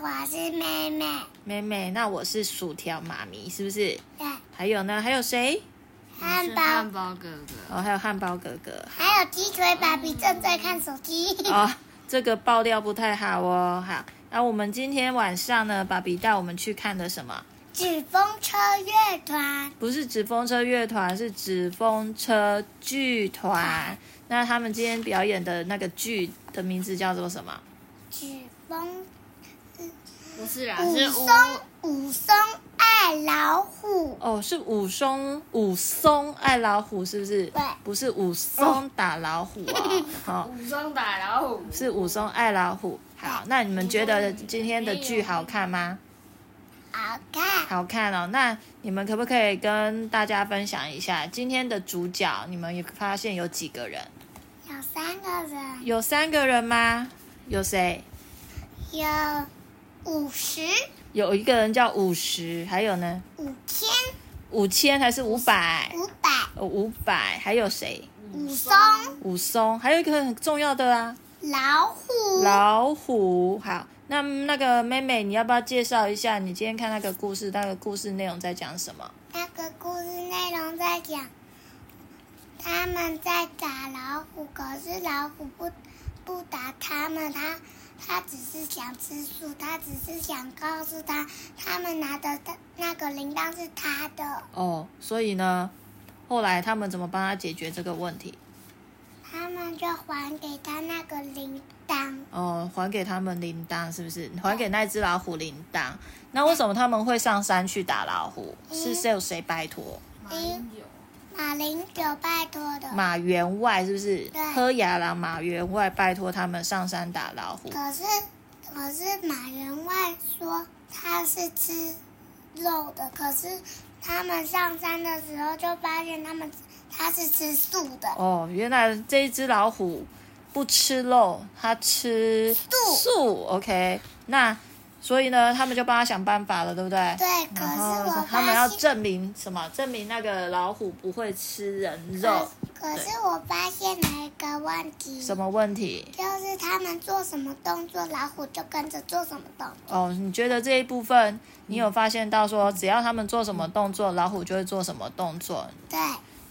我是妹妹，妹妹，那我是薯条妈咪，是不是？对，还有呢？还有谁？汉是堡汉，堡哥哥，哦，还有汉堡哥哥。还有鸡腿爸比正在看手机。哦，这个爆料不太好哦。好，那我们今天晚上呢，爸比带我们去看的什么？纸风车乐团，不是纸风车乐团，是纸风车剧团。那他们今天表演的那个剧的名字叫做什么？纸风不是啦，武是乌松，武松爱老虎，哦，是武松，武松爱老虎是不是？对不是武松打老虎哦。好、武松打老虎，是武松爱老虎。好，那你们觉得今天的剧好看吗？好看。好看哦。那你们可不可以跟大家分享一下今天的主角？你们也发现有几个人？有三个人，有三个人吗？有谁？有五十、有一个人叫五十，还有呢？五千、五千还是五百？五百、哦，五百，还有谁？武松、武松，还有一个很重要的啊，老虎。老虎。好，那那个妹妹，你要不要介绍一下你今天看那个故事？那个故事内容在讲什么？那个故事内容在讲，他们在打老虎，可是老虎不不打他们，他他只是想吃素，他只是想告诉他，他们拿的的那个铃铛是他的。哦，所以呢，后来他们怎么帮他解决这个问题？他们就还给他那个铃铛，哦，还给他们铃铛，是不是？还给那只老虎铃铛。那为什么他们会上山去打老虎？嗯是谁有谁拜托？马英九，马铃九拜托的。马员外是不是对？喝牙郎马员外拜托他们上山打老虎。可是可是马员外说他是吃肉的，可是他们上山的时候就发现他们他是吃素的。哦，原来这一只老虎不吃肉，它吃素 OK，那所以呢，他们就帮他想办法了，对不对？对，可然是后我他们发要现，证明什么？证明那个老虎不会吃人肉可。嗯可是我发现了一个问题，什么问题？就是他们做什么动作，老虎就跟着做什么动作。哦，你觉得这一部分你有发现到说，只要他们做什么动作，老虎就会做什么动作。对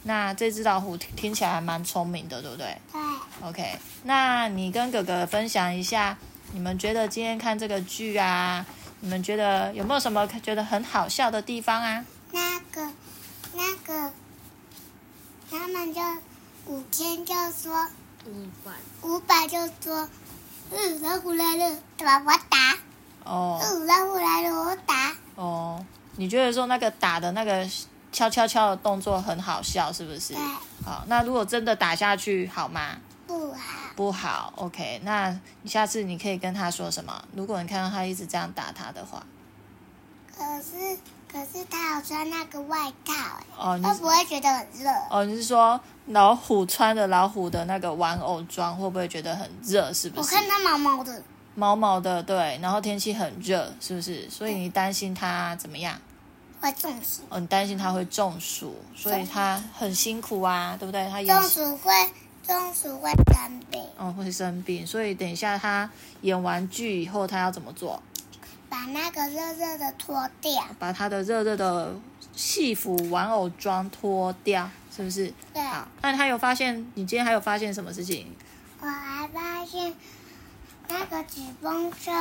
那这只老虎听听起来还蛮聪明的，对不对对， ？OK，那你跟哥哥分享一下，你们觉得今天看这个剧啊，你们觉得有没有什么觉得很好笑的地方啊？那个那个，他们就五天就说。五百，五百就说，嗯，老虎来了，把我打，哦嗯，老虎来了，我打，哦，你觉得说那个打的那个敲敲敲的动作很好笑，是不是对？，好，那如果真的打下去好吗？不好，不好，OK，那你下次你可以跟他说什么？如果你看到他一直这样打他的话，可是可是他有穿那个外套，哎哦，你会不会觉得很热？哦，你是说老虎穿着老虎的那个玩偶装，会不会觉得很热？是不我是？看他毛毛的，毛毛的，对，然后天气很热，是不是？所以你担心他怎么样？会中暑，哦，你担心他会中暑，所以他很辛苦啊，对不对？他也中是暑会中暑会生病，哦会生病，所以等一下他演完剧以后，他要怎么做？把那个热热的脱掉，把他的热热的戏服玩偶装脱掉，是不是？对，好，那他有发现？你今天还有发现什么事情？我还发现那个纸风车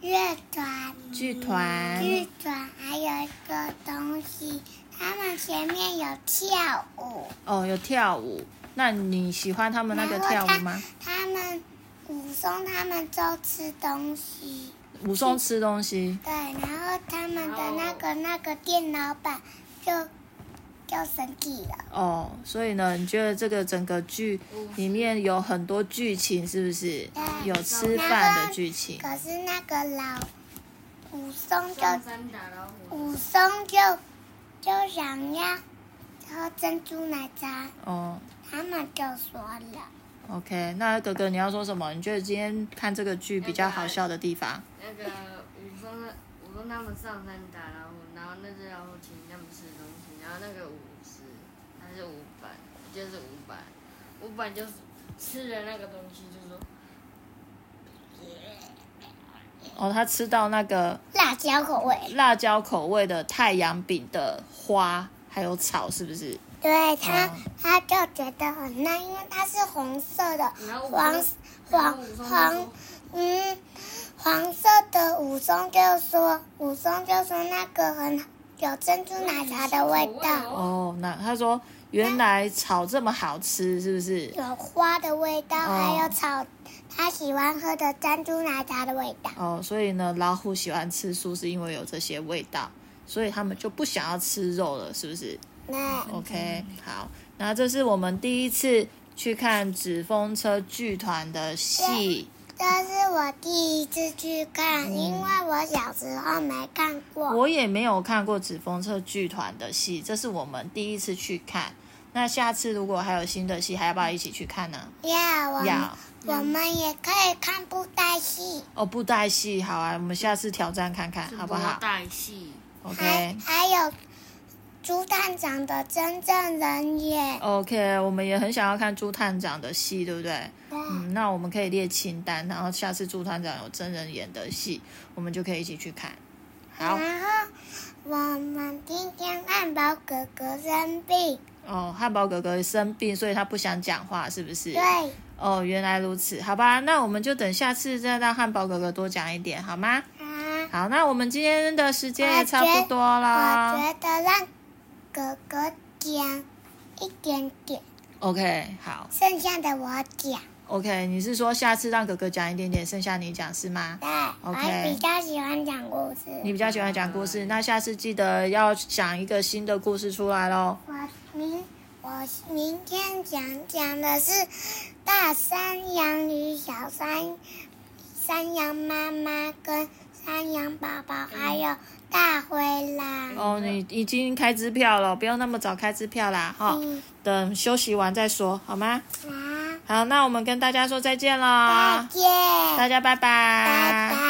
乐团。剧团嗯剧团还有一个东西，他们前面有跳舞，哦，有跳舞。那你喜欢他们那个跳舞吗？他们武松他们都吃东西，武松吃东西，对，然后他们的那个那个店老板就就生气了，哦，所以呢，你觉得这个整个剧里面有很多剧情，是不是？有吃饭的剧情。可是那个老武松就上山打老虎，武松就就想要喝珍珠奶茶，哦他们就说了， ，OK，那哥哥你要说什么？你觉得今天看这个剧比较好笑的地方？那个武松，武松他们上山打老虎，然后那只老虎请他们吃东西，然后那个武十还是五百，就是五百，五百就是吃了那个东西就说，哦，他吃到那个辣椒口味。辣椒口味的太阳饼的花还有草，是不是？对他哦，他就觉得很辣，因为它是红色的然后黄黄黄，嗯，黄色的武松就说，武松就说那个很有珍珠奶茶的味道，哦，那他说原来草这么好吃，是不是？有花的味道，哦还有草，他喜欢喝的珍珠奶茶的味道。哦，所以呢，老虎喜欢吃素是因为有这些味道，所以他们就不想要吃肉了，是不是那？OK，好，那这是我们第一次去看纸风车剧团的戏，这是我第一次去看，因为我小时候没看过。我也没有看过纸风车剧团的戏，这是我们第一次去看。那下次如果还有新的戏，还要不要一起去看呢？呀，我们要我们也可以看布袋戏，哦，布袋戏好啊，我们下次挑战看看好不好嗯带戏，还？OK 还有朱探长的真正人也。哦 OK，我们也很想要看朱探长的戏，对不对？嗯嗯，那我们可以列清单，然后下次朱团长有真人演的戏，我们就可以一起去看。好，然后我们今天汉堡哥哥生病，哦，汉堡哥哥生病，所以他不想讲话，是不是？对，哦，原来如此，好吧，那我们就等下次再让汉堡哥哥多讲一点，好吗？啊，好，那我们今天的时间也差不多我了。觉得让哥哥讲一点点， OK，好剩下的我讲。 ，OK，你是说下次让哥哥讲一点点，剩下你讲是吗？对，我 OK 比较喜欢讲故你事。比较喜欢讲故事，那下次记得要讲一个新的故事出来喽。我明我明天讲讲的是大山羊与小山山羊妈妈跟山羊宝宝，还有大灰狼。哦，你已经开支票了，不要那么早开支票啦，哈、嗯，等休息完再说，好吗？好，好，那我们跟大家说再见啦再，见，大家拜拜拜拜。